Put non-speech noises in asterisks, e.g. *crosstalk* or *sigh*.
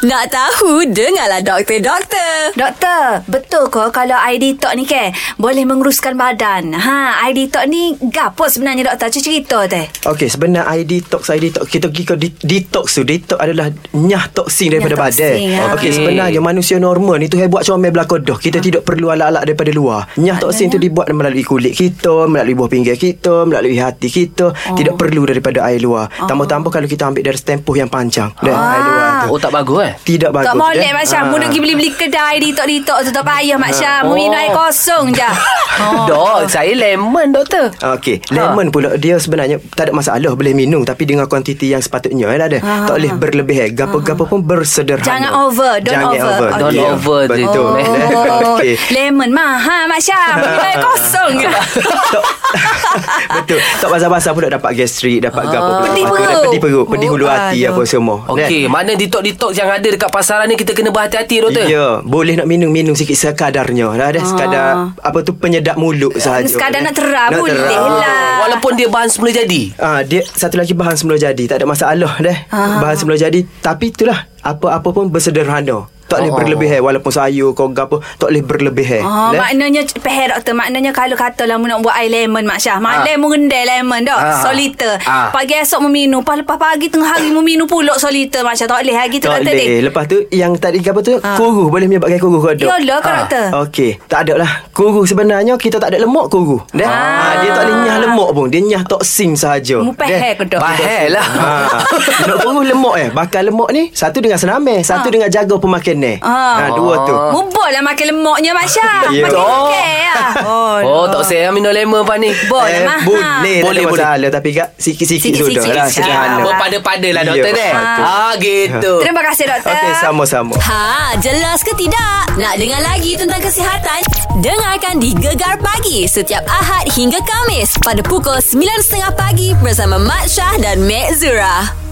Nak tahu, dengarlah doktor, doktor. Doktor, betul ke kalau air detox ni ke boleh menguruskan badan? Ha, air detox ni gapo sebenarnya doktor? Cuci cerita teh. Okey, sebenar air detox, air detox. Kita pergi ke di- detox tu. Detox adalah nyah toksin daripada Nyah toksin, badan. ya. Okey, sebenarnya manusia normal ni tu hebat comel belakang Ah. dah. Kita tidak perlu alat-alat daripada luar. Nyah toksin ya. tu dibuat melalui kulit kita, melalui buah pinggir kita, melalui hati kita. Oh. Tidak perlu daripada air luar. Tambah-tambah kalau kita ambil dari stempoh yang panjang. Dan air luar tu. Oh tak bagus eh Tidak bagus. Ah. Tak boleh eh. Mak Syah. Ah. Mula pergi beli-beli kedai detox-detox tu tak payah Mak Syah. Mu minum air kosong je. oh. *laughs* Dok Saya lemon doktor Okey, Ah. lemon pula dia sebenarnya tak ada masalah boleh minum tapi dengan kuantiti yang sepatutnya eh, ada. Tak boleh berlebih eh. Gapo-gapo pun bersederhana. Ah. Jangan over, don't Jangan over. Don't Ya, over dia tu. Betul. Oh, *laughs* Okey. lemon mahal Mak Syah. Minum air kosong je. Tak- *laughs* Betul. Tak basah-basah pula dapat gastrik, dapat gapo pula. Ah, Pedih Apa tu, perut. Pedih perut, pedih hulu Oh, hati aduh. apa semua. Kan? Okey Mana detox-detox yang ada Dekat pasaran ni Kita kena berhati-hati doktor Ya, boleh nak minum-minum sikit sekadarnya. Dah ada sekadar apa tu penyedap mulut Ah. sahaja. Kan? Sekadar nak terah boleh lah. Walaupun dia bahan semula jadi Ah, dia satu lagi bahan semula jadi tak ada masalah deh. Ah. Bahan semula jadi tapi itulah apa-apa pun bersederhana. Tak boleh berlebih eh walaupun sayur kau gapo tak boleh berlebih eh. Oh, Deh. maknanya Peh doktor Maknanya kalau katalah mu Nak buat air lemon Mak Syah Mak Ah. ha. lemon rendai lemon dok ha. Ah. Soliter Ah. Pagi esok mu minum Lepas, lepas pagi tengah hari mu minum pulak soliter Mak Syah tak boleh lagi tu tak doktor boleh. tadi Ah. Lepas tu yang tadi apa tu? Kuruh boleh menyebabkan kuruh kau dok. Ah, Yalah kau Ya doktor Okey, tak ada lah. Kuruh sebenarnya kita tak ada lemak kuruh. Deh. Ah. dia tak boleh nyah lemak pun. Dia nyah toksin sahaja. Mu peh ke eh, dok Bahel lah Ha. Nak kuruh lemak eh. Bakar lemak ni satu dengan senamai, satu dengan jaga pemakanan. Ah. Ha. dua tu. Mubur lah makan lemaknya Mak Syah *laughs* Ya. Makan Dok. ikan lah *laughs* Oh tak saya minum lemon pak ni Eh, Boleh mah boleh, Boleh, boleh, boleh. boleh. Masalah, tapi kak sikit-sikit Sikit-sikit sudah lah. saja. Sederhana. Berpada-pada lah doktor Ya, deh betul. Ah Ya. gitu Terima kasih doktor Okey, sama-sama. Ha, jelas ke tidak? Nak dengar lagi tentang kesihatan? Dengarkan di Gegar Pagi setiap Ahad hingga Kamis pada pukul 9.30 pagi bersama Mat Syah dan Mek Zura.